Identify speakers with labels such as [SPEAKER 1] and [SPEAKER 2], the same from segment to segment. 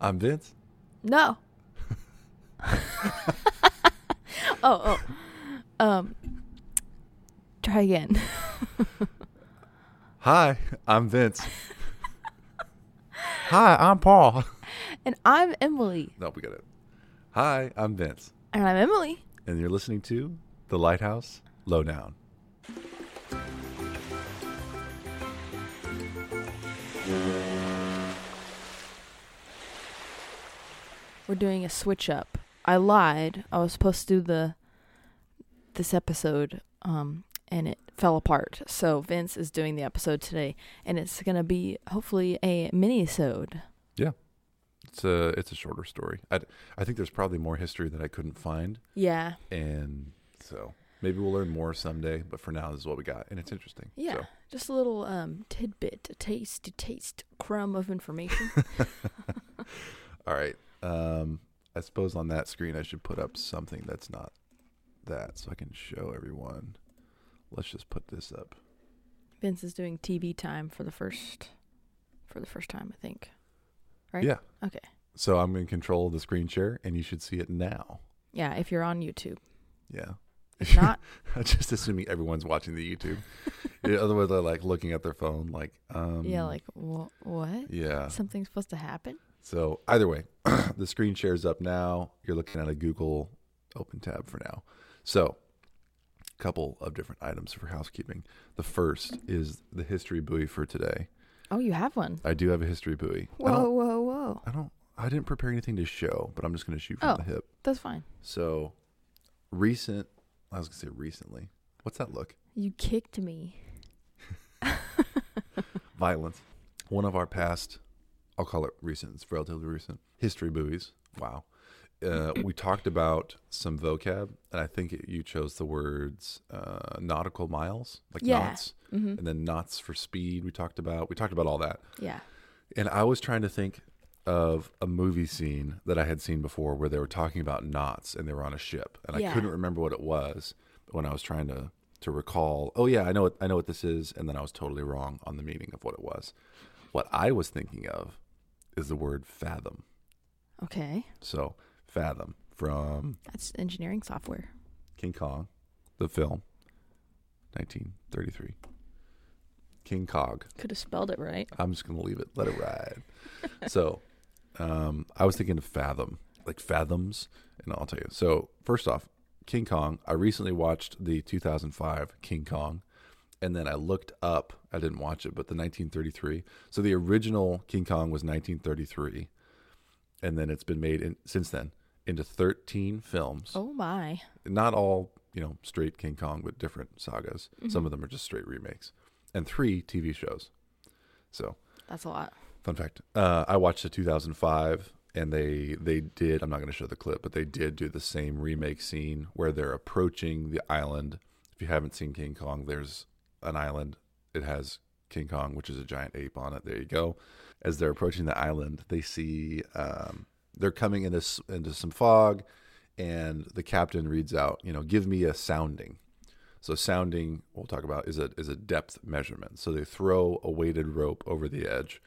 [SPEAKER 1] I'm Vince.
[SPEAKER 2] No. oh, oh. Um try again.
[SPEAKER 1] Hi, I'm Vince. Hi, I'm Paul.
[SPEAKER 2] and I'm Emily.
[SPEAKER 1] No, we got it. Hi, I'm Vince,
[SPEAKER 2] And I'm Emily.
[SPEAKER 1] and you're listening to The Lighthouse Lowdown.
[SPEAKER 2] We're doing a switch up. I lied. I was supposed to do the this episode um and it fell apart. So Vince is doing the episode today and it's going to be hopefully a mini-sode.
[SPEAKER 1] It's a it's a shorter story. I I think there's probably more history that I couldn't find,
[SPEAKER 2] Yeah.
[SPEAKER 1] and so maybe we'll learn more someday. But for now, this is what we got, and it's interesting.
[SPEAKER 2] Yeah.
[SPEAKER 1] So,
[SPEAKER 2] Just a little um tidbit, a taste, a taste crumb of information.
[SPEAKER 1] all right. Um, I suppose on that screen I should put up something that's not that, so I can show everyone. Let's just put this up.
[SPEAKER 2] Vince is doing TV time for the first for the first time, I think. Right?
[SPEAKER 1] Yeah.
[SPEAKER 2] Okay.
[SPEAKER 1] So I'm in control of the screen share, and you should see it now.
[SPEAKER 2] Yeah, if you're on YouTube.
[SPEAKER 1] Yeah.
[SPEAKER 2] If not,
[SPEAKER 1] I'm just assuming everyone's watching the YouTube. yeah, otherwise, they're like looking at their phone, like, um,
[SPEAKER 2] yeah, like wha what?
[SPEAKER 1] yeah.
[SPEAKER 2] Something's supposed to happen?
[SPEAKER 1] So either way, the screen shares up now. You're looking at a Google open tab for now. So, a couple of different items for housekeeping. The first is the history buoy for today.
[SPEAKER 2] Oh, you have one.
[SPEAKER 1] I do have a history buoy. I
[SPEAKER 2] Whoa,
[SPEAKER 1] don't,
[SPEAKER 2] whoa, whoa.
[SPEAKER 1] I don't. I didn't prepare anything to show, but I'm just going to shoot from
[SPEAKER 2] Oh.
[SPEAKER 1] the hip.
[SPEAKER 2] That's fine.
[SPEAKER 1] So, recent. I was going to say recently. What's that look?
[SPEAKER 2] You kicked me.
[SPEAKER 1] violence. One of our past, I'll call it recent, it's relatively recent, history buoys. Wow. Uh, we talked about some vocab, and I think it, you chose the words uh, nautical miles, like
[SPEAKER 2] Yeah.
[SPEAKER 1] knots,
[SPEAKER 2] Mm-hmm.
[SPEAKER 1] and then knots for speed. We talked about we talked about all that,
[SPEAKER 2] Yeah.
[SPEAKER 1] and I was trying to think of a movie scene that I had seen before where they were talking about knots and they were on a ship, and I
[SPEAKER 2] Yeah.
[SPEAKER 1] couldn't remember what it was when I was trying to to recall. Oh yeah, I know what I know what this is, and then I was totally wrong on the meaning of what it was. What I was thinking of is the word fathom.
[SPEAKER 2] Okay.
[SPEAKER 1] So fathom from
[SPEAKER 2] That's engineering software.
[SPEAKER 1] King Kong, the film, 1933. King Cog.
[SPEAKER 2] Could have spelled it right.
[SPEAKER 1] I'm just gonna leave it. Let it ride. so, um, I was thinking of fathom, like fathoms, and I'll tell you. So, first off, King Kong. I recently watched the 2005 King Kong, and then I looked up. I didn't watch it, but the 1933. So the original King Kong was 1933, and then it's been made in, since then into 13 films
[SPEAKER 2] Oh my.
[SPEAKER 1] not all you know straight King Kong, but different sagas. Some of them are just straight remakes, and three TV shows. So,
[SPEAKER 2] That's a lot.
[SPEAKER 1] fun fact: uh, I watched the 2005, and they they did. I'm not going to show the clip, but they did do the same remake scene where they're approaching the island. If you haven't seen King Kong, there's an island. It has King Kong, which is a giant ape on it. There you go. As they're approaching the island, they see um, they're coming into s- into some fog and the captain reads out, you know, give me a sounding. So sounding, we'll talk about is a is a depth measurement. So they throw a weighted rope over the edge,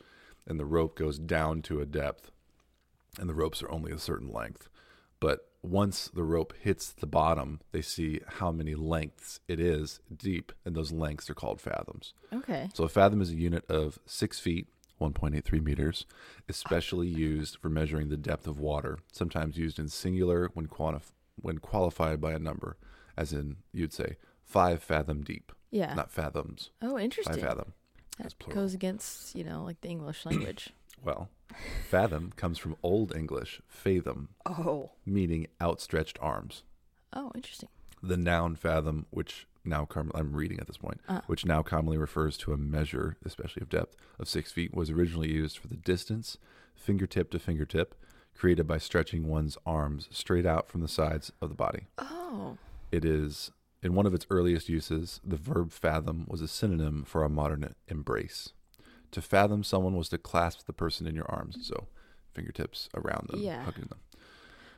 [SPEAKER 1] and the rope goes down to a depth, and the ropes are only a certain length. But once the rope hits the bottom, they see how many lengths it is deep, and those lengths are called fathoms.
[SPEAKER 2] Okay.
[SPEAKER 1] So a fathom is a unit of six feet, 1.83 meters, especially used for measuring the depth of water, sometimes used in singular when, quantif- when qualified by a number, as in you'd say five fathom deep,
[SPEAKER 2] Yeah.
[SPEAKER 1] not fathoms,
[SPEAKER 2] oh,
[SPEAKER 1] five
[SPEAKER 2] Ah. interesting.
[SPEAKER 1] fathom. That's
[SPEAKER 2] That
[SPEAKER 1] plural.
[SPEAKER 2] goes against, you know, like the English language.
[SPEAKER 1] Well, fathom comes from Old English fathom,
[SPEAKER 2] oh.
[SPEAKER 1] meaning outstretched arms.
[SPEAKER 2] Oh, interesting.
[SPEAKER 1] the noun fathom, which now com- I'm reading at this point,
[SPEAKER 2] Ah.
[SPEAKER 1] which now commonly refers to a measure, especially of depth, of six feet, was originally used for the distance, fingertip to fingertip, created by stretching one's arms straight out from the sides of the body.
[SPEAKER 2] Oh.
[SPEAKER 1] It is, in one of its earliest uses, the verb fathom was a synonym for a modern embrace. To fathom someone was to clasp the person in your arms, so fingertips around them,
[SPEAKER 2] Yeah.
[SPEAKER 1] hugging them.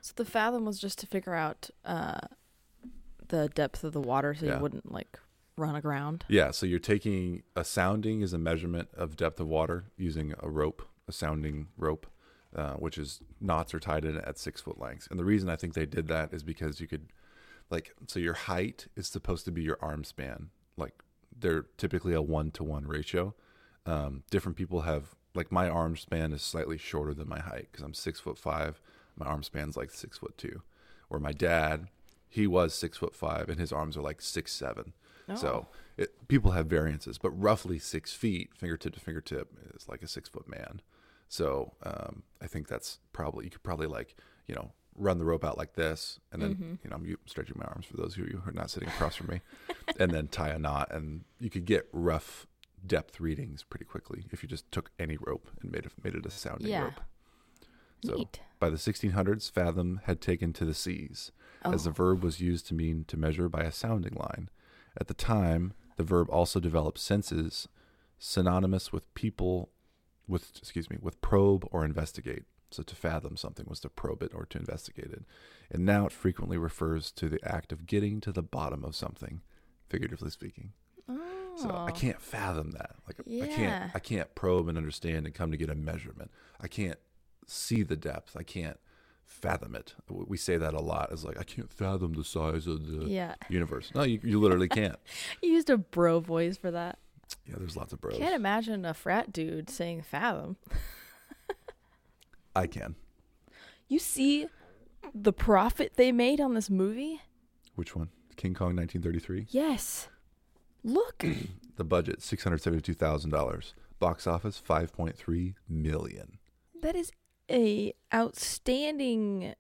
[SPEAKER 2] So the fathom was just to figure out uh, the depth of the water so
[SPEAKER 1] Yeah.
[SPEAKER 2] you wouldn't like run aground.
[SPEAKER 1] Yeah, so you're taking a sounding is a measurement of depth of water using a rope, a sounding rope, uh, which is knots are tied in at six foot lengths. And the reason I think they did that is because you could, like, so your height is supposed to be your arm span. Like, they're typically a one to one ratio. Um, different people have, like, my arm span is slightly shorter than my height because I'm six foot five. My arm span's like six foot two. Where my dad, he was six foot five and his arms are like six seven.
[SPEAKER 2] Oh.
[SPEAKER 1] So it, people have variances, but roughly six feet, fingertip to fingertip, is like a six foot man. So um, I think that's probably you could probably like you know run the rope out like this, and then you know I'm u- stretching my arms for those of you who are not sitting across from me, and then tie a knot, and you could get rough depth readings pretty quickly if you just took any rope and made it made it a sounding
[SPEAKER 2] Yeah.
[SPEAKER 1] rope. So
[SPEAKER 2] Neat.
[SPEAKER 1] by the 1600s, fathom had taken to the seas, as the verb was used to mean to measure by a sounding line. At the time, the verb also developed senses synonymous with people, with excuse me, with probe or investigate. So to fathom something was to probe it or to investigate it, and now it frequently refers to the act of getting to the bottom of something, figuratively speaking.
[SPEAKER 2] Oh.
[SPEAKER 1] So I can't fathom that. Like I
[SPEAKER 2] Yeah.
[SPEAKER 1] can't I can't probe and understand and come to get a measurement. I can't see the depth. I can't fathom it. W- We say that a lot. It's like I can't fathom the size of the
[SPEAKER 2] Yeah.
[SPEAKER 1] universe. No, you, you literally can't.
[SPEAKER 2] You used a bro voice for that.
[SPEAKER 1] yeah, there's lots of bros.
[SPEAKER 2] Can't imagine a frat dude saying fathom.
[SPEAKER 1] I can.
[SPEAKER 2] You see the profit they made on this movie?
[SPEAKER 1] Which one? King Kong 1933.
[SPEAKER 2] Yes. Look.
[SPEAKER 1] The budget $672,000. Box office 5.3 million.
[SPEAKER 2] that is a outstanding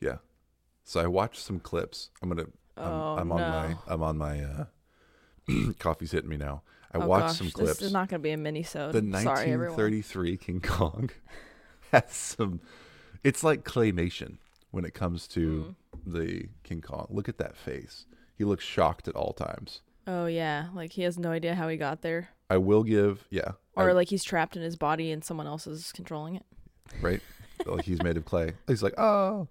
[SPEAKER 1] Yeah. So I watched some clips. I'm gonna. I'm,
[SPEAKER 2] Oh,
[SPEAKER 1] I'm on
[SPEAKER 2] no.
[SPEAKER 1] my. I'm on my. Uh, coffee's hitting me now. I
[SPEAKER 2] oh
[SPEAKER 1] watched
[SPEAKER 2] gosh,
[SPEAKER 1] some clips.
[SPEAKER 2] This is not going to be a mini sode.
[SPEAKER 1] the
[SPEAKER 2] Sorry, everyone.
[SPEAKER 1] 1933 King Kong has some. It's like claymation when it comes
[SPEAKER 2] Mm.
[SPEAKER 1] to
[SPEAKER 2] Mm-hmm.
[SPEAKER 1] the King Kong. Look at that face. He looks shocked at all times.
[SPEAKER 2] Oh yeah, like he has no idea how he got there,
[SPEAKER 1] I will give. Yeah. I-
[SPEAKER 2] or like he's trapped in his body and someone else is controlling it.
[SPEAKER 1] right? like he's made of clay. He's like, oh.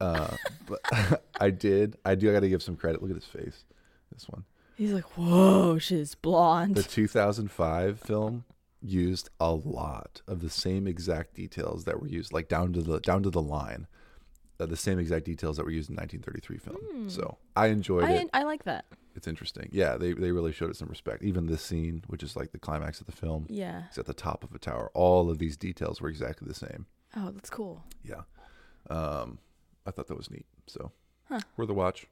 [SPEAKER 1] Uh, but I did. I do. I got to give some credit. Look at his face. This one.
[SPEAKER 2] He's like, "Whoa, she's blonde."
[SPEAKER 1] The 2005 film used a lot of the same exact details that were used, like down to the down to the line, uh, the same exact details that were used in 1933 film. So I enjoyed it.
[SPEAKER 2] Hmm. I I like that.
[SPEAKER 1] It's interesting. Yeah, they they really showed it some respect. Even this scene, which is like the climax of the film,
[SPEAKER 2] Yeah.
[SPEAKER 1] it's at the top of a tower. All of these details were exactly the same.
[SPEAKER 2] Oh, that's cool.
[SPEAKER 1] Yeah, um, I thought that was neat. So worth a watch.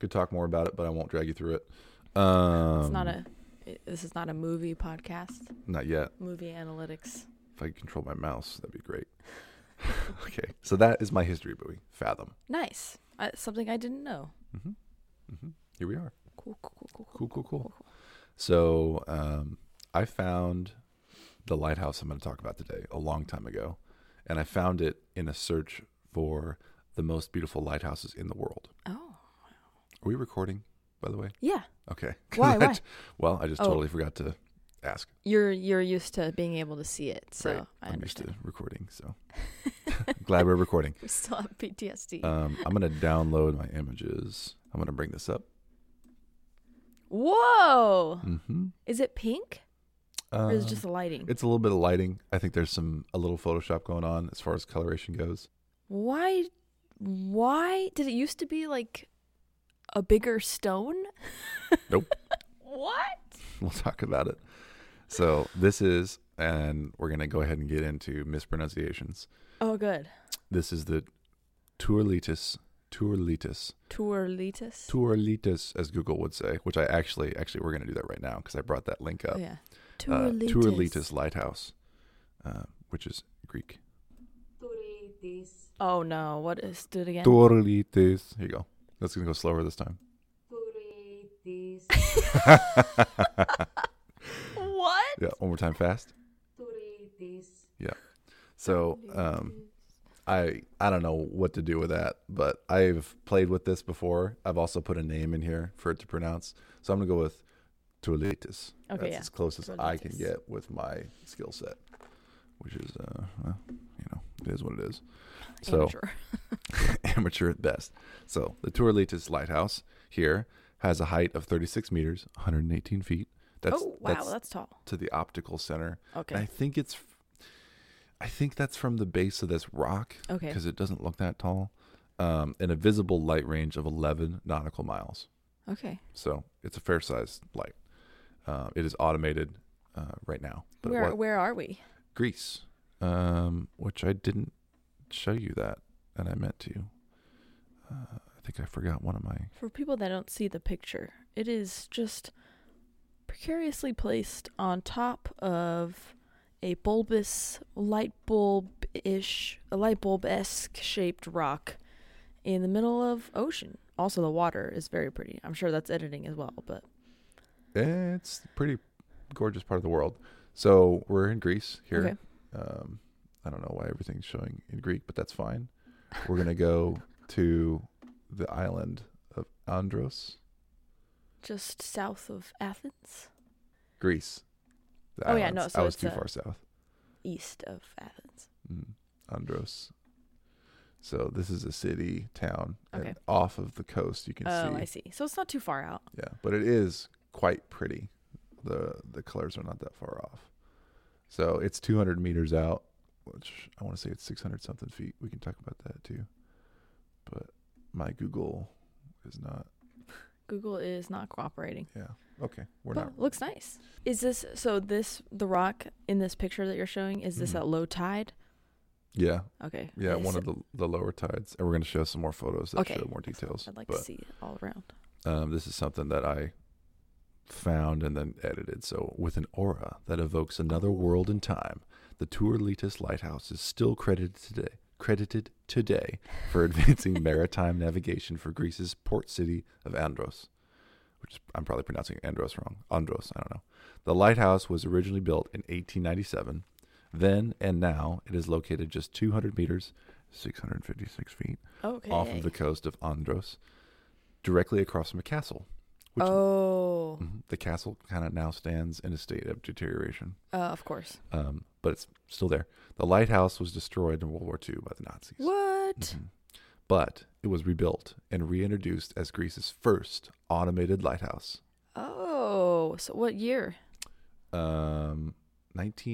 [SPEAKER 1] Could talk more about it, but I won't drag you through it. Um,
[SPEAKER 2] It's not a. it- This is not a movie podcast.
[SPEAKER 1] not yet.
[SPEAKER 2] Movie analytics.
[SPEAKER 1] If I could control my mouse, that'd be great. okay, so that is my history buoy. Fathom.
[SPEAKER 2] Nice. I, something I didn't know.
[SPEAKER 1] Mm-hmm. Here we are.
[SPEAKER 2] Cool, cool, cool, cool,
[SPEAKER 1] Cool,
[SPEAKER 2] cool.
[SPEAKER 1] cool, cool. So um, I found the lighthouse I'm going to talk about today a long time ago, and I found it in a search for the most beautiful lighthouses in the world.
[SPEAKER 2] Oh.
[SPEAKER 1] Are we recording, by the way?
[SPEAKER 2] Yeah.
[SPEAKER 1] Okay.
[SPEAKER 2] Why, why?
[SPEAKER 1] Well, I just
[SPEAKER 2] Oh.
[SPEAKER 1] totally forgot to ask.
[SPEAKER 2] You're you're used to being able to see it, so
[SPEAKER 1] Right.
[SPEAKER 2] I
[SPEAKER 1] I'm used
[SPEAKER 2] understand.
[SPEAKER 1] to recording, so glad we're recording.
[SPEAKER 2] We still have PTSD.
[SPEAKER 1] Um, I'm gonna download my images. I'm gonna bring this up.
[SPEAKER 2] Whoa.
[SPEAKER 1] Mm-hmm. Uh,
[SPEAKER 2] Is it pink or is it just the lighting?
[SPEAKER 1] it's a little bit of lighting. I think there's some a little Photoshop going on as far as coloration goes.
[SPEAKER 2] Why? Why did it used to be like a bigger stone?
[SPEAKER 1] Nope.
[SPEAKER 2] what?
[SPEAKER 1] we'll talk about it. So this is, and we're gonna go ahead and get into mispronunciations.
[SPEAKER 2] Oh, good.
[SPEAKER 1] This is the Turlitis, Turlitis,
[SPEAKER 2] Tourlitis.
[SPEAKER 1] Turlitis, as Google would say. Which I actually, actually, we're gonna do that right now because I brought that link up.
[SPEAKER 2] oh, yeah.
[SPEAKER 1] Uh,
[SPEAKER 2] Tourlitis.
[SPEAKER 1] Turlitis Lighthouse, uh, which is Greek.
[SPEAKER 3] Turitis,
[SPEAKER 2] Oh no! What is? Do it again.
[SPEAKER 1] Turlitis. Here you go. That's gonna go slower this time.
[SPEAKER 3] turitis,
[SPEAKER 2] what?
[SPEAKER 1] Yeah, one more time fast.
[SPEAKER 3] turitis.
[SPEAKER 1] So um, I I don't know what to do with that, but I've played with this before. I've also put a name in here for it to pronounce. So I'm gonna go with Tulitis.
[SPEAKER 2] Okay,
[SPEAKER 1] That's
[SPEAKER 2] yeah.
[SPEAKER 1] as close as I can
[SPEAKER 2] Tulitis.
[SPEAKER 1] get with my skill set, which is uh, well, you know, it is what it is. So
[SPEAKER 2] Amateur.
[SPEAKER 1] amateur at best. So the Turlitis Lighthouse here has a height of 36 meters, 118 feet. That's
[SPEAKER 2] oh wow, that's,
[SPEAKER 1] that's
[SPEAKER 2] tall.
[SPEAKER 1] to the optical center. And
[SPEAKER 2] Okay.
[SPEAKER 1] I think it's. I think that's from the base of this rock
[SPEAKER 2] Okay.
[SPEAKER 1] because it doesn't look that tall. Um, in a visible light range of 11 nautical miles.
[SPEAKER 2] Okay.
[SPEAKER 1] So it's a fair sized light. Uh, it is automated uh, right now. But it
[SPEAKER 2] where
[SPEAKER 1] wa-
[SPEAKER 2] where are we?
[SPEAKER 1] Greece, um, which I didn't show you that, and I meant to. Uh, I think I forgot one of my.
[SPEAKER 2] For people that don't see the picture, it is just precariously placed on top of a bulbous, light bulb ish, a light bulb esque shaped rock in the middle of ocean. Also, the water is very pretty. I'm sure that's editing as well, but
[SPEAKER 1] It's a pretty gorgeous part of the world. So we're in Greece here.
[SPEAKER 2] okay.
[SPEAKER 1] Um, I don't know why everything's showing in Greek, but that's fine. We're gonna go to the island of Andros,
[SPEAKER 2] Just south of Athens,
[SPEAKER 1] Greece. The
[SPEAKER 2] Oh, yeah, no, so
[SPEAKER 1] I was
[SPEAKER 2] it's
[SPEAKER 1] too
[SPEAKER 2] a-
[SPEAKER 1] far south.
[SPEAKER 2] east of Athens.
[SPEAKER 1] Mm, Andros. So this is a city town,
[SPEAKER 2] Okay.
[SPEAKER 1] and off of the coast you can
[SPEAKER 2] Oh,
[SPEAKER 1] see.
[SPEAKER 2] I see. So it's not too far out.
[SPEAKER 1] Yeah, but it is quite pretty. the The colors are not that far off. So it's 200 meters out, which I want to say it's 600 something feet. We can talk about that too. But my Google is not.
[SPEAKER 2] Google is not cooperating.
[SPEAKER 1] Yeah. Okay. We're
[SPEAKER 2] But
[SPEAKER 1] not.
[SPEAKER 2] looks nice. Is this so? This the rock in this picture that you're showing is this
[SPEAKER 1] Mhm.
[SPEAKER 2] at low tide?
[SPEAKER 1] Yeah.
[SPEAKER 2] Okay.
[SPEAKER 1] Yeah.
[SPEAKER 2] Is
[SPEAKER 1] One of
[SPEAKER 2] it-
[SPEAKER 1] the the lower tides, and we're going to show some more photos that
[SPEAKER 2] Okay.
[SPEAKER 1] show more details.
[SPEAKER 2] I'd like
[SPEAKER 1] but
[SPEAKER 2] to see all around.
[SPEAKER 1] um, this is something that I found and then edited. So, with an aura that evokes another world and time, the Tourlitis Lighthouse is still credited today. Credited today for advancing maritime navigation for Greece's port city of Andros, which is, I'm probably pronouncing Andros wrong. Andros, I don't know. The lighthouse was originally built in 1897. Then and now, it is located just 200 meters, 656 feet
[SPEAKER 2] Okay.
[SPEAKER 1] off of the coast of Andros, directly across from a castle. Which
[SPEAKER 2] oh,
[SPEAKER 1] Mhm. the castle kind of now stands in a state of deterioration,
[SPEAKER 2] uh, of course.
[SPEAKER 1] um, but it's still there. The lighthouse was destroyed in World War II by the Nazis,
[SPEAKER 2] What?
[SPEAKER 1] Mhm. but it was rebuilt and reintroduced as Greece's first automated lighthouse.
[SPEAKER 2] Oh, so what year?
[SPEAKER 1] Um,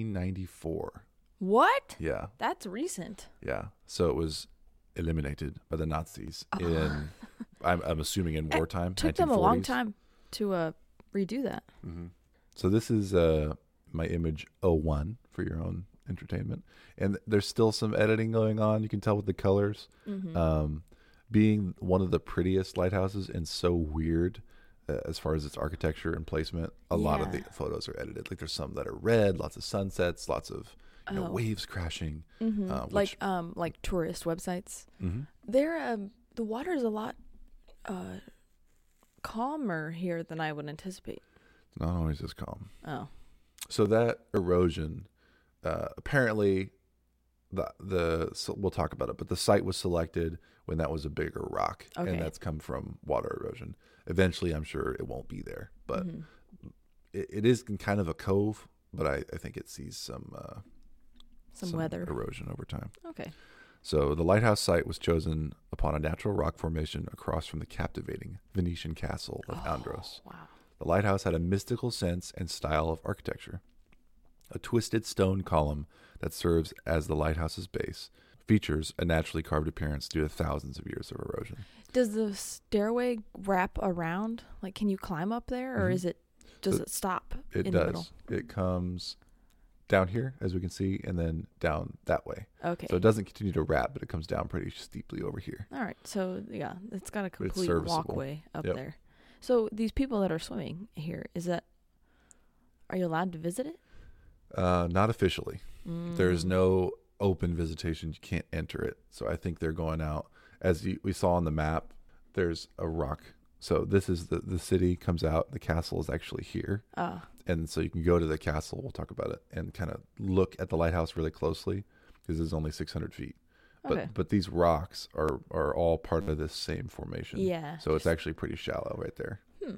[SPEAKER 1] 1994.
[SPEAKER 2] What?
[SPEAKER 1] Yeah,
[SPEAKER 2] That's recent.
[SPEAKER 1] yeah. So it was eliminated by the Nazis in, I'm, I'm assuming, in
[SPEAKER 2] Oh. It
[SPEAKER 1] wartime.
[SPEAKER 2] Took them a long
[SPEAKER 1] 1940s.
[SPEAKER 2] time to uh redo that.
[SPEAKER 1] Mm-hmm. So this is uh, my image 01 for your own entertainment. And there's still some editing going on. You can tell with the colors.
[SPEAKER 2] Mm-hmm.
[SPEAKER 1] Um, being one of the prettiest lighthouses and so weird uh, as far as its architecture and placement, a lot of the
[SPEAKER 2] Yeah.
[SPEAKER 1] photos are edited. Like there's some that are red, lots of sunsets, lots of you know,
[SPEAKER 2] Oh.
[SPEAKER 1] waves crashing.
[SPEAKER 2] Mhm.
[SPEAKER 1] Uh, which-
[SPEAKER 2] like um like tourist websites.
[SPEAKER 1] Mhm.
[SPEAKER 2] There um the water is a lot uh calmer here than I would anticipate.
[SPEAKER 1] It's not always as calm.
[SPEAKER 2] Oh.
[SPEAKER 1] So that erosion, uh, apparently, the the so we'll talk about it, but the site was selected when that was a bigger rock,
[SPEAKER 2] Okay.
[SPEAKER 1] and that's come from water erosion. Eventually, I'm sure it won't be there, but
[SPEAKER 2] Mhm.
[SPEAKER 1] it, it is in kind of a cove. But I, I think it sees some, uh,
[SPEAKER 2] Some, weather.
[SPEAKER 1] erosion over time.
[SPEAKER 2] Okay.
[SPEAKER 1] So the lighthouse site was chosen upon a natural rock formation across from the captivating Venetian castle of Andros.
[SPEAKER 2] Oh, Wow.
[SPEAKER 1] The lighthouse had a mystical sense and style of architecture. A twisted stone column that serves as the lighthouse's base features a naturally carved appearance due to thousands of years of erosion.
[SPEAKER 2] Does the stairway wrap around? Like, can you climb up there, or
[SPEAKER 1] Mhm.
[SPEAKER 2] is it? Does
[SPEAKER 1] So
[SPEAKER 2] it stop
[SPEAKER 1] It
[SPEAKER 2] in the middle?
[SPEAKER 1] does. It comes down here, as we can see, and then down that way.
[SPEAKER 2] Okay.
[SPEAKER 1] So it doesn't continue to wrap, but it comes down pretty steeply over here.
[SPEAKER 2] All right. So yeah, it's got a
[SPEAKER 1] But it's
[SPEAKER 2] complete
[SPEAKER 1] serviceable.
[SPEAKER 2] walkway up
[SPEAKER 1] Yep.
[SPEAKER 2] there. So these people that are swimming here, is that? Are you allowed to visit it?
[SPEAKER 1] Uh, not officially. There's
[SPEAKER 2] Mm.
[SPEAKER 1] no open visitation. You can't enter it. So I think they're going out. As you, we saw on the map, there's a rock. So this is the, the city comes out. The castle is actually here.
[SPEAKER 2] Ah,
[SPEAKER 1] And so you can go to the castle. We'll talk about it and kind of look at the lighthouse really closely because it's only 600 feet. But,
[SPEAKER 2] Okay.
[SPEAKER 1] but these rocks are, are all part of this same formation.
[SPEAKER 2] yeah.
[SPEAKER 1] So it's
[SPEAKER 2] just-
[SPEAKER 1] actually pretty shallow right there.
[SPEAKER 2] Hmm.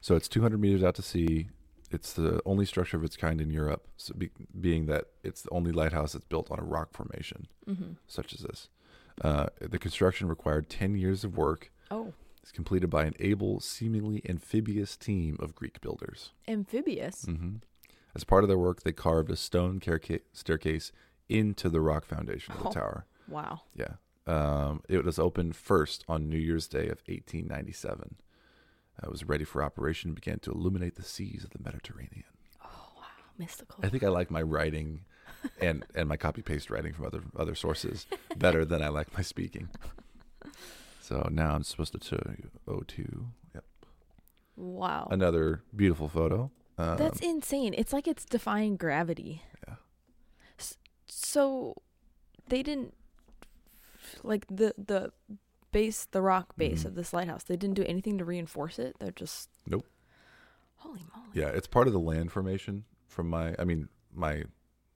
[SPEAKER 1] So it's 200 meters out to sea. It's the only structure of its kind in Europe, so be, being that it's the only lighthouse that's built on a rock formation
[SPEAKER 2] mhm.
[SPEAKER 1] such as this. Uh, the construction required 10 years of work.
[SPEAKER 2] Oh,
[SPEAKER 1] It's completed by an able, seemingly amphibious team of Greek builders. Mm. Mm-hmm.
[SPEAKER 2] amphibious.
[SPEAKER 1] As part of their work, they carved a stone carca- staircase into the rock foundation of the
[SPEAKER 2] Oh.
[SPEAKER 1] tower.
[SPEAKER 2] Wow.
[SPEAKER 1] Yeah. Um, it was opened first on New Year's Day of 1897. Uh, It was ready for operation and began to illuminate the seas of the Mediterranean.
[SPEAKER 2] Mystical.
[SPEAKER 1] I think I like my writing and, and my copy paste writing from other other sources better than I like my speaking. So now I'm supposed to show you O2. Yep.
[SPEAKER 2] Wow.
[SPEAKER 1] Another beautiful photo. Um,
[SPEAKER 2] Oh. That's insane. It's like it's defying gravity.
[SPEAKER 1] Yeah.
[SPEAKER 2] S- So they didn't like the the base the rock base
[SPEAKER 1] Mhm.
[SPEAKER 2] of this lighthouse. They didn't do anything to reinforce it. They're just
[SPEAKER 1] Nope.
[SPEAKER 2] Holy moly.
[SPEAKER 1] Yeah, it's part of the land formation from my I mean my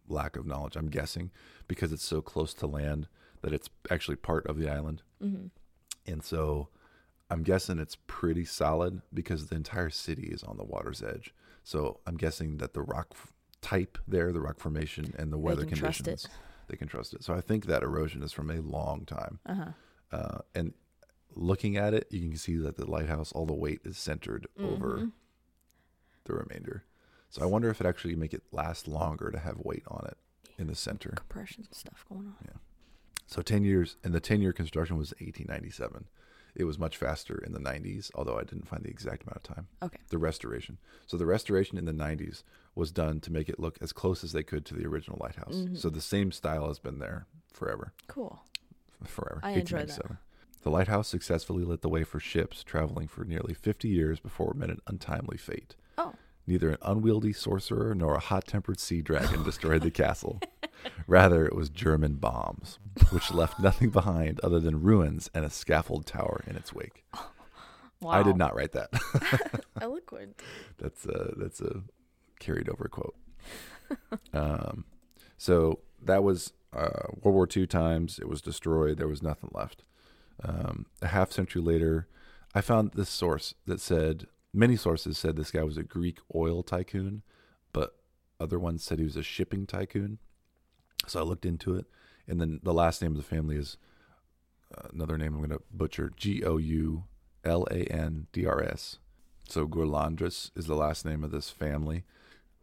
[SPEAKER 1] lack of knowledge, I'm guessing, because it's so close to land that it's actually part of the island.
[SPEAKER 2] Mm-hmm.
[SPEAKER 1] And so I'm guessing it's pretty solid because the entire city is on the water's edge. So I'm guessing that the rock f- type there, the rock formation and the weather
[SPEAKER 2] can trust it.
[SPEAKER 1] conditions they can trust it. So I think that erosion is from a long time.
[SPEAKER 2] Uh huh.
[SPEAKER 1] Uh, and looking at it, you can see that the lighthouse, all the weight is centered
[SPEAKER 2] Mm-hmm.
[SPEAKER 1] over the remainder. So I wonder if it actually make it last longer to have weight on it in the center.
[SPEAKER 2] Compression stuff going on.
[SPEAKER 1] So 10 years, and the 10 year construction was 1897. It was much faster in the 90s, although I didn't find the exact amount of time.
[SPEAKER 2] Okay.
[SPEAKER 1] The restoration. So the restoration in the 90s was done to make it look as close as they could to the original lighthouse.
[SPEAKER 2] Mm-hmm.
[SPEAKER 1] So the same style has been there forever.
[SPEAKER 2] Cool.
[SPEAKER 1] Forever.
[SPEAKER 2] I enjoy that.
[SPEAKER 1] 1897. The lighthouse successfully lit the way for ships traveling for nearly 50 years before it met an untimely fate.
[SPEAKER 2] Oh.
[SPEAKER 1] Neither an unwieldy sorcerer nor a hot tempered sea dragon destroyed the castle. Rather, it was German bombs, which left nothing behind other than ruins and a scaffold tower in its wake.
[SPEAKER 2] Wow.
[SPEAKER 1] I did not write that.
[SPEAKER 2] Eloquent.
[SPEAKER 1] that's a that's a carried over quote. um, so that was uh, World War II times. It was destroyed. There was nothing left. Um, a half century later, I found this source that said many sources said this guy was a Greek oil tycoon, but other ones said he was a shipping tycoon. So I looked into it, and then the last name of the family is uh, another name I'm going to butcher: G O U L A N D R S. So Gorlandris is the last name of this family.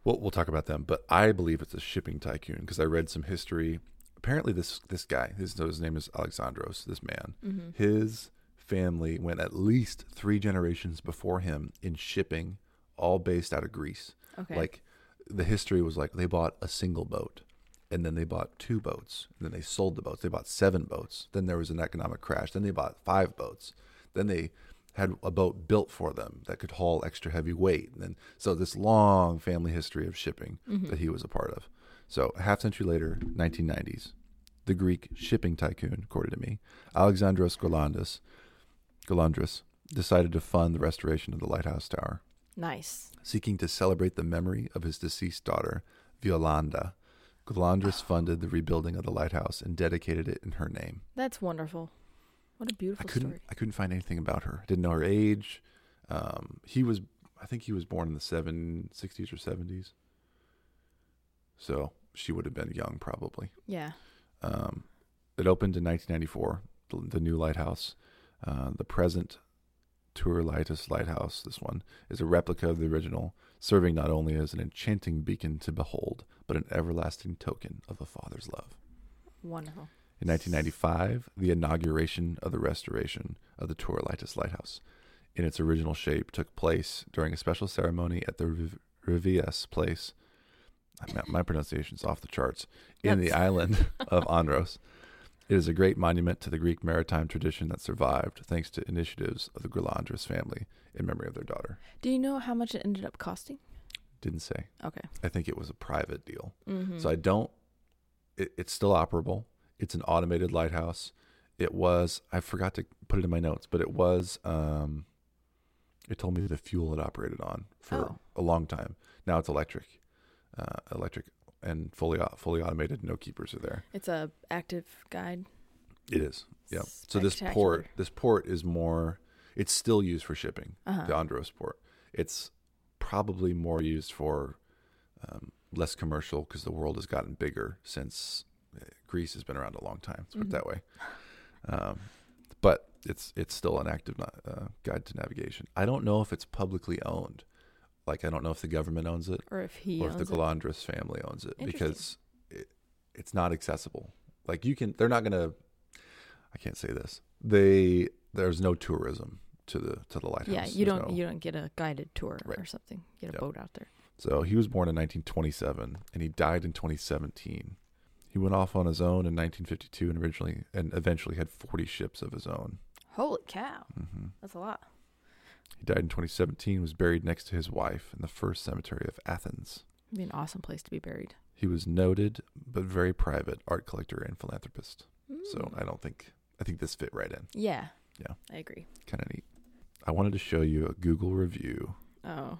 [SPEAKER 1] We'll, we'll talk about them, but I believe it's a shipping tycoon because I read some history. Apparently, this this guy, his, his name is Alexandros. This man,
[SPEAKER 2] Mm-hmm.
[SPEAKER 1] his family went at least three generations before him in shipping, all based out of Greece.
[SPEAKER 2] Okay.
[SPEAKER 1] Like the history was like they bought a single boat, and then they bought two boats, and then they sold the boats. They bought seven boats. Then there was an economic crash. Then they bought five boats. Then they had a boat built for them that could haul extra heavy weight. And then so this long family history of shipping that he was a part of. So a half century later, 1990s, the Greek shipping tycoon, according to me, Alexandros Golandis, Golandris, decided to fund the restoration of the lighthouse tower
[SPEAKER 2] Nice.
[SPEAKER 1] seeking to celebrate the memory of his deceased daughter, Violanda.
[SPEAKER 2] Ah.
[SPEAKER 1] Golandris funded the rebuilding of the lighthouse and dedicated it in her name.
[SPEAKER 2] That's wonderful. What a
[SPEAKER 1] I
[SPEAKER 2] beautiful
[SPEAKER 1] couldn't
[SPEAKER 2] story.
[SPEAKER 1] I couldn't find anything about her. Didn't know her age. Um, he was I think he was born in the seven sixties or seventies. So she would have been young probably.
[SPEAKER 2] Yeah.
[SPEAKER 1] Um, it opened in 1994, the, the new lighthouse. Uh, the present Turelitis Lighthouse, this one, is a replica of the original, serving not only as an enchanting beacon to behold, but an everlasting token of the Father's love.
[SPEAKER 2] Wonderful.
[SPEAKER 1] In 1995, the inauguration of the restoration of the Turelitis Lighthouse in its original shape took place during a special ceremony at the Riv- Rivias Place. My, my pronunciation's off the charts. In the
[SPEAKER 2] That's-
[SPEAKER 1] island of Andros. It is a great monument to the Greek maritime tradition that survived thanks to initiatives of the Grilandris family in memory of their daughter.
[SPEAKER 2] Do you know how much it ended up costing?
[SPEAKER 1] Didn't say.
[SPEAKER 2] Okay.
[SPEAKER 1] I think it was a private deal.
[SPEAKER 2] Mm-hmm.
[SPEAKER 1] So I don't. It, it's still operable. It's an automated lighthouse. It was. I forgot to put it in my notes, but it was. Um, it told me the fuel it operated on for
[SPEAKER 2] Oh.
[SPEAKER 1] a long time. Now it's electric, uh, electric and fully au- fully automated. No keepers are there.
[SPEAKER 2] It's a active guide.
[SPEAKER 1] It is. Yeah. So this port,
[SPEAKER 2] Spectacular.
[SPEAKER 1] this port is more. It's still used for shipping.
[SPEAKER 2] Uh-huh.
[SPEAKER 1] The Andros port. It's probably more used for um, less commercial because the world has gotten bigger since uh, Greece has been around a long time. Let's put it
[SPEAKER 2] Mhm.
[SPEAKER 1] that way. Um, but it's it's still an active na- uh, guide to navigation. I don't know if it's publicly owned. Like I don't know if the government owns it
[SPEAKER 2] Or if he
[SPEAKER 1] or if
[SPEAKER 2] owns
[SPEAKER 1] the
[SPEAKER 2] it.
[SPEAKER 1] Galandras family owns it
[SPEAKER 2] Interesting.
[SPEAKER 1] because it, it's not accessible. Like you can, they're not gonna. I can't say this. They there's no tourism to the to the lighthouse.
[SPEAKER 2] yeah, you
[SPEAKER 1] There's
[SPEAKER 2] don't
[SPEAKER 1] no-
[SPEAKER 2] you don't get a guided tour
[SPEAKER 1] Right.
[SPEAKER 2] or something. Get a
[SPEAKER 1] Yep.
[SPEAKER 2] boat out there.
[SPEAKER 1] So he was born in 1927 and he died in 2017. He went off on his own in 1952 and originally and eventually had 40 ships of his own.
[SPEAKER 2] Holy cow,
[SPEAKER 1] hmm
[SPEAKER 2] that's a lot.
[SPEAKER 1] He died in 2017 was buried next to his wife in the first cemetery of Athens.
[SPEAKER 2] It'd be an awesome place to be buried.
[SPEAKER 1] He was noted but very private art collector and philanthropist. So
[SPEAKER 2] Mm.
[SPEAKER 1] I don't think I think this fit right in.
[SPEAKER 2] yeah,
[SPEAKER 1] Yeah.
[SPEAKER 2] I agree.
[SPEAKER 1] Kind of neat. I wanted to show you a Google review
[SPEAKER 2] Oh,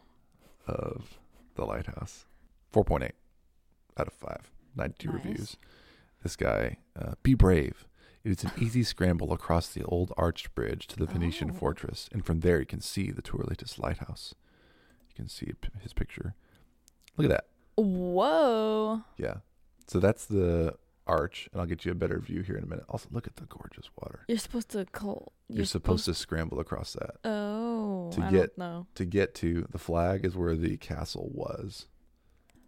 [SPEAKER 1] of The Lighthouse. 4.8 out of 5. 92
[SPEAKER 2] Nice.
[SPEAKER 1] reviews. This guy, uh, Be Brave. It is an easy scramble across the old arched bridge to the Phoenician
[SPEAKER 2] Oh.
[SPEAKER 1] fortress, and from there you can see the Tourlatus lighthouse. You can see p- his picture. Look at that.
[SPEAKER 2] whoa,
[SPEAKER 1] Yeah. So that's the arch, and I'll get you a better view here in a minute. Also, look at the gorgeous water.
[SPEAKER 2] you're supposed to call.
[SPEAKER 1] You're, supposed, to scramble across that.
[SPEAKER 2] to. Oh,
[SPEAKER 1] to
[SPEAKER 2] I
[SPEAKER 1] get-
[SPEAKER 2] don't know.
[SPEAKER 1] To get to the flag is where the castle was.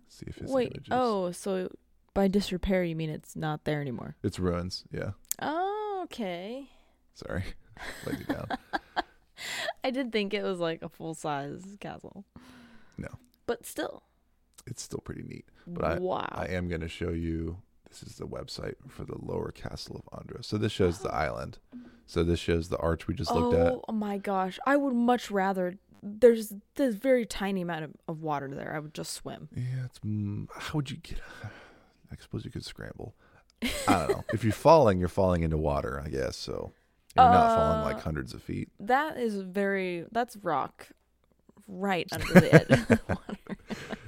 [SPEAKER 1] See if it's
[SPEAKER 2] Wait.
[SPEAKER 1] images.
[SPEAKER 2] Oh, so by disrepair you mean it's not there anymore?
[SPEAKER 1] It's ruins. Yeah.
[SPEAKER 2] Oh, okay.
[SPEAKER 1] Sorry. Laid it down.
[SPEAKER 2] I did think it was like a full size castle.
[SPEAKER 1] No.
[SPEAKER 2] But still.
[SPEAKER 1] It's still pretty neat. But I-
[SPEAKER 2] wow.
[SPEAKER 1] I am going to show you. This is the website for the lower castle of Andros. So this shows the island. So this shows the arch we just looked at.
[SPEAKER 2] Uh-huh. oh my gosh. I would much rather there's this very tiny amount of, of water there. I would just swim.
[SPEAKER 1] Yeah, it's mm, how would you get? I suppose you could scramble. I don't know. if you're falling, you're falling into water, I guess. So you're not falling like
[SPEAKER 2] Uh,
[SPEAKER 1] hundreds of feet.
[SPEAKER 2] That is very that's rock right under the edge of the water.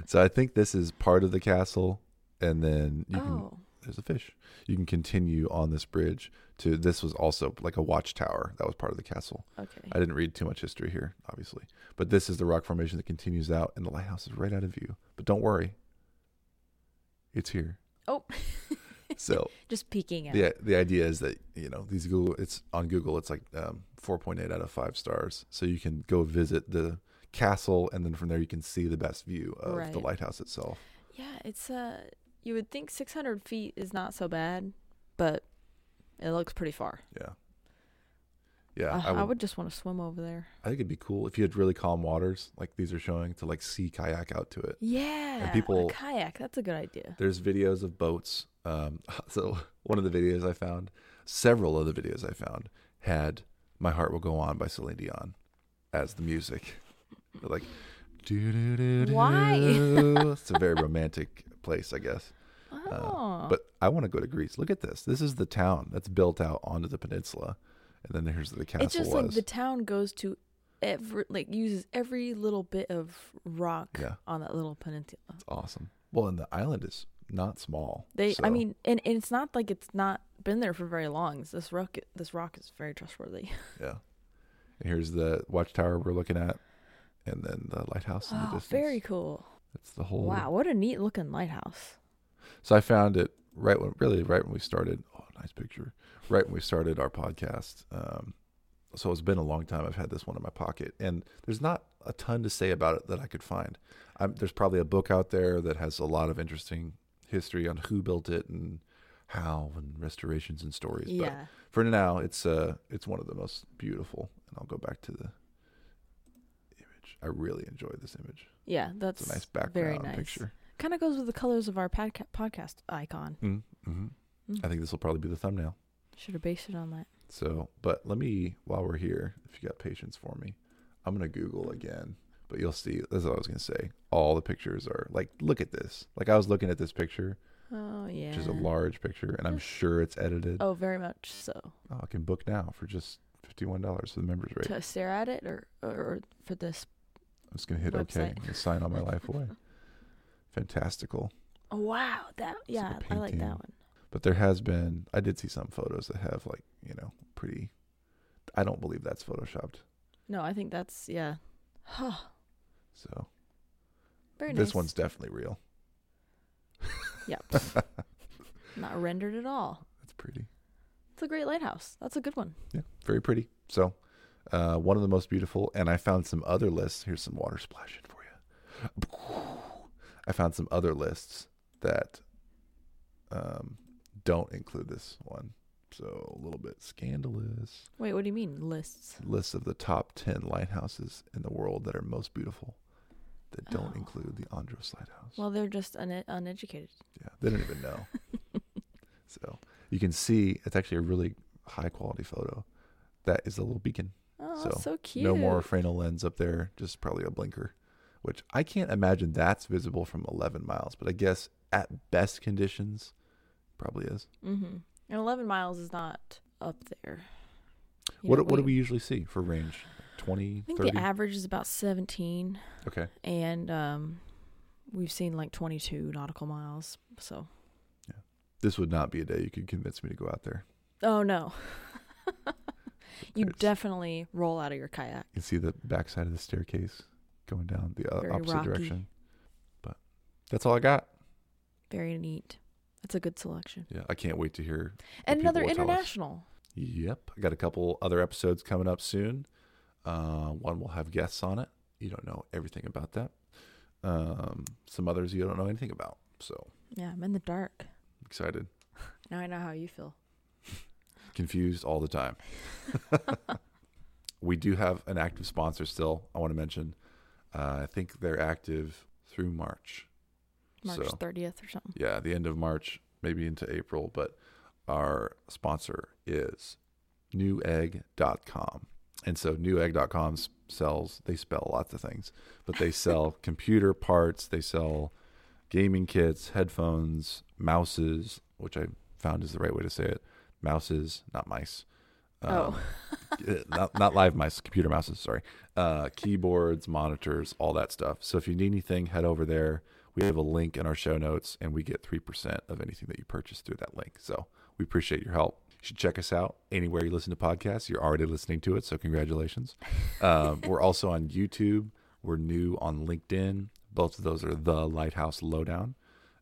[SPEAKER 1] So I think this is part of the castle, and then you can.
[SPEAKER 2] Oh.
[SPEAKER 1] There's a fish. You can continue on this bridge to. This was also like a watchtower that was part of the castle.
[SPEAKER 2] Okay.
[SPEAKER 1] I didn't read too much history here, obviously, but this is the rock formation that continues out, and the lighthouse is right out of view. But don't worry, it's here.
[SPEAKER 2] Oh.
[SPEAKER 1] So
[SPEAKER 2] just peeking out.
[SPEAKER 1] the the idea is that you know these Google it's on Google it's like um, 4.8 out of five stars, so you can go visit the castle, and then from there you can see the best view of the
[SPEAKER 2] Right.
[SPEAKER 1] lighthouse itself.
[SPEAKER 2] Yeah, it's uh you would think 600 feet is not so bad, but it looks pretty far.
[SPEAKER 1] Yeah, yeah.
[SPEAKER 2] Uh,
[SPEAKER 1] I, would, I
[SPEAKER 2] just want to swim over there.
[SPEAKER 1] think it'd be cool if you had really calm waters like these are showing to like sea kayak out to it.
[SPEAKER 2] Yeah. on
[SPEAKER 1] people-
[SPEAKER 2] a kayak, that's a good idea.
[SPEAKER 1] There's videos of boats. Um, so one of the videos I found, several of the videos I found had "My Heart Will Go On" by Celine Dion as the music. They're like, do do do do.
[SPEAKER 2] Why?
[SPEAKER 1] it's a very romantic place, I guess.
[SPEAKER 2] Oh.
[SPEAKER 1] But I want to go to Greece. Look at this. This is the town that's built out onto the peninsula, and then here's the castle
[SPEAKER 2] it's just
[SPEAKER 1] was.
[SPEAKER 2] like the town goes to every like uses every little bit of rock
[SPEAKER 1] Yeah.
[SPEAKER 2] on that little peninsula.
[SPEAKER 1] it's awesome. Well, and the island is not small.
[SPEAKER 2] They I
[SPEAKER 1] so-
[SPEAKER 2] mean and, and it's not like it's not been there for very long. It's This rock this rock is very trustworthy.
[SPEAKER 1] yeah. And here's the watchtower we're looking at, and then the lighthouse in the
[SPEAKER 2] Oh,
[SPEAKER 1] distance.
[SPEAKER 2] very cool.
[SPEAKER 1] That's the whole.
[SPEAKER 2] Wow, what a neat looking lighthouse.
[SPEAKER 1] So I found it right when, really, right when we started. Oh, nice picture. Right when we started our podcast. Um, so it's been a long time. I've had this one in my pocket, and there's not a ton to say about it that I could find. i there's probably a book out there that has a lot of interesting history on who built it and how and restorations and stories. But
[SPEAKER 2] Yeah.
[SPEAKER 1] for now, it's uh, it's one of the most beautiful. And I'll go back to the image. I really enjoy this image.
[SPEAKER 2] Yeah, that's
[SPEAKER 1] It's a nice background
[SPEAKER 2] very nice.
[SPEAKER 1] picture.
[SPEAKER 2] Kind of goes with the colors of our podca- podcast icon.
[SPEAKER 1] Mm-hmm.
[SPEAKER 2] Mm.
[SPEAKER 1] I think this will probably be the thumbnail.
[SPEAKER 2] Should have based it on that.
[SPEAKER 1] So, but let me while we're here, if you got patience for me, I'm gonna Google again. But you'll see. That's what I was gonna say. All the pictures are like, look at this. Like I was looking at this picture,
[SPEAKER 2] Oh yeah.
[SPEAKER 1] which is a large picture, and I'm
[SPEAKER 2] Just-
[SPEAKER 1] sure it's edited. Oh.
[SPEAKER 2] Oh, very much so.
[SPEAKER 1] I can book now for just fifty-one dollars for the members rate.
[SPEAKER 2] To stare at it, or or, or for this.
[SPEAKER 1] I'm just gonna hit okay
[SPEAKER 2] website.
[SPEAKER 1] and sign all my life away. Fantastical.
[SPEAKER 2] Oh, wow, that
[SPEAKER 1] It's like
[SPEAKER 2] yeah,
[SPEAKER 1] a
[SPEAKER 2] I like
[SPEAKER 1] painting.
[SPEAKER 2] that one.
[SPEAKER 1] But there has been. I did see some photos that have like you know pretty. I don't believe that's photoshopped.
[SPEAKER 2] No, I think that's yeah. Huh.
[SPEAKER 1] So
[SPEAKER 2] Very nice.
[SPEAKER 1] this one's definitely real.
[SPEAKER 2] Yep. not rendered at all.
[SPEAKER 1] That's pretty.
[SPEAKER 2] It's a great lighthouse. That's a good one.
[SPEAKER 1] Yeah, very pretty. So, uh, one of the most beautiful. And I found some other lists. Here's some water splashing for you. I found some other lists that um, don't include this one. So a little bit scandalous.
[SPEAKER 2] Wait, what do you mean lists?
[SPEAKER 1] List of the top 10 lighthouses in the world that are most beautiful that don't
[SPEAKER 2] Oh.
[SPEAKER 1] include the Andros Lighthouse.
[SPEAKER 2] Well, they're just un- uneducated.
[SPEAKER 1] Yeah, they don't even know. so you can see it's actually a really high quality photo. That is a little beacon.
[SPEAKER 2] Oh,
[SPEAKER 1] So,
[SPEAKER 2] that's so cute.
[SPEAKER 1] No more Fresnel lens up there, just probably a blinker, which I can't imagine that's visible from 11 miles. But I guess at best conditions, probably is.
[SPEAKER 2] Mm-hmm. And 11 miles is not up there. You
[SPEAKER 1] what
[SPEAKER 2] know,
[SPEAKER 1] what do we usually see for range? 20,
[SPEAKER 2] I think
[SPEAKER 1] 30?
[SPEAKER 2] the average is about 17,
[SPEAKER 1] okay.
[SPEAKER 2] and um, we've seen like 22 nautical miles. So,
[SPEAKER 1] This would not be a day you could convince me to go out there.
[SPEAKER 2] oh no. you
[SPEAKER 1] There's-
[SPEAKER 2] definitely roll out of your kayak.
[SPEAKER 1] You can see the backside of the staircase going down the uh,
[SPEAKER 2] Very
[SPEAKER 1] opposite
[SPEAKER 2] rocky.
[SPEAKER 1] direction. But that's all I got.
[SPEAKER 2] Very neat. That's a good selection.
[SPEAKER 1] Yeah, I can't wait to hear. what
[SPEAKER 2] And
[SPEAKER 1] people
[SPEAKER 2] another
[SPEAKER 1] will tell us.
[SPEAKER 2] international.
[SPEAKER 1] Yep. I got a couple other episodes coming up soon. Uh, one will have guests on it. You don't know everything about that. Um, some others you don't know anything about. So
[SPEAKER 2] Yeah, I'm in the dark.
[SPEAKER 1] excited,
[SPEAKER 2] Now I know how you feel.
[SPEAKER 1] confused all the time. we do have an active sponsor still, I want to mention. Uh, I think they're active through March.
[SPEAKER 2] March
[SPEAKER 1] So-
[SPEAKER 2] 30th or something.
[SPEAKER 1] yeah, the end of March, maybe into April, but our sponsor is newegg.com. And so newegg.com s- sells, they spell lots of things, but they sell computer parts, they sell gaming kits, headphones, mouses, which I found is the right way to say it. Mouses, not mice. Um,
[SPEAKER 2] oh,
[SPEAKER 1] uh, not, not live mice, computer mouses, sorry. Uh, keyboards, monitors, all that stuff. So if you need anything, head over there. We have a link in our show notes, and we get 3% of anything that you purchase through that link. So we appreciate your help. You should check us out anywhere you listen to podcasts. You're already listening to it, so congratulations. Um, we're also on YouTube. We're new on LinkedIn. Both of those are the Lighthouse Lowdown.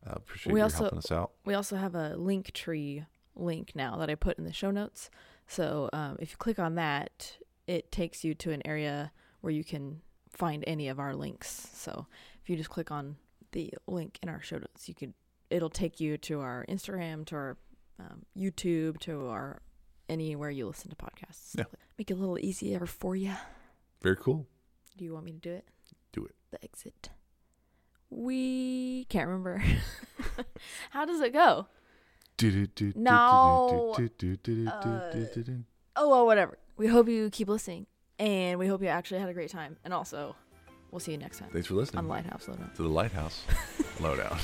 [SPEAKER 1] Uh, appreciate
[SPEAKER 2] We
[SPEAKER 1] you
[SPEAKER 2] also-
[SPEAKER 1] helping us out.
[SPEAKER 2] we also have a link tree link now that I put in the show notes. So um, if you click on that, it takes you to an area where you can find any of our links. So if you just click on the link in our show notes, you could it'll take you to our Instagram, to our um, YouTube, to our anywhere you listen to podcasts.
[SPEAKER 1] Yeah.
[SPEAKER 2] Make it a little easier for you.
[SPEAKER 1] Very cool.
[SPEAKER 2] Do you want me to do it?
[SPEAKER 1] Do it.
[SPEAKER 2] The exit. We can't remember. How does it go? No. Oh, well, whatever. We hope you keep listening and we hope you actually had a great time. And also, we'll see you next time
[SPEAKER 1] Thanks for listening
[SPEAKER 2] on Lighthouse Lowdown.
[SPEAKER 1] to the Lighthouse Lowdown.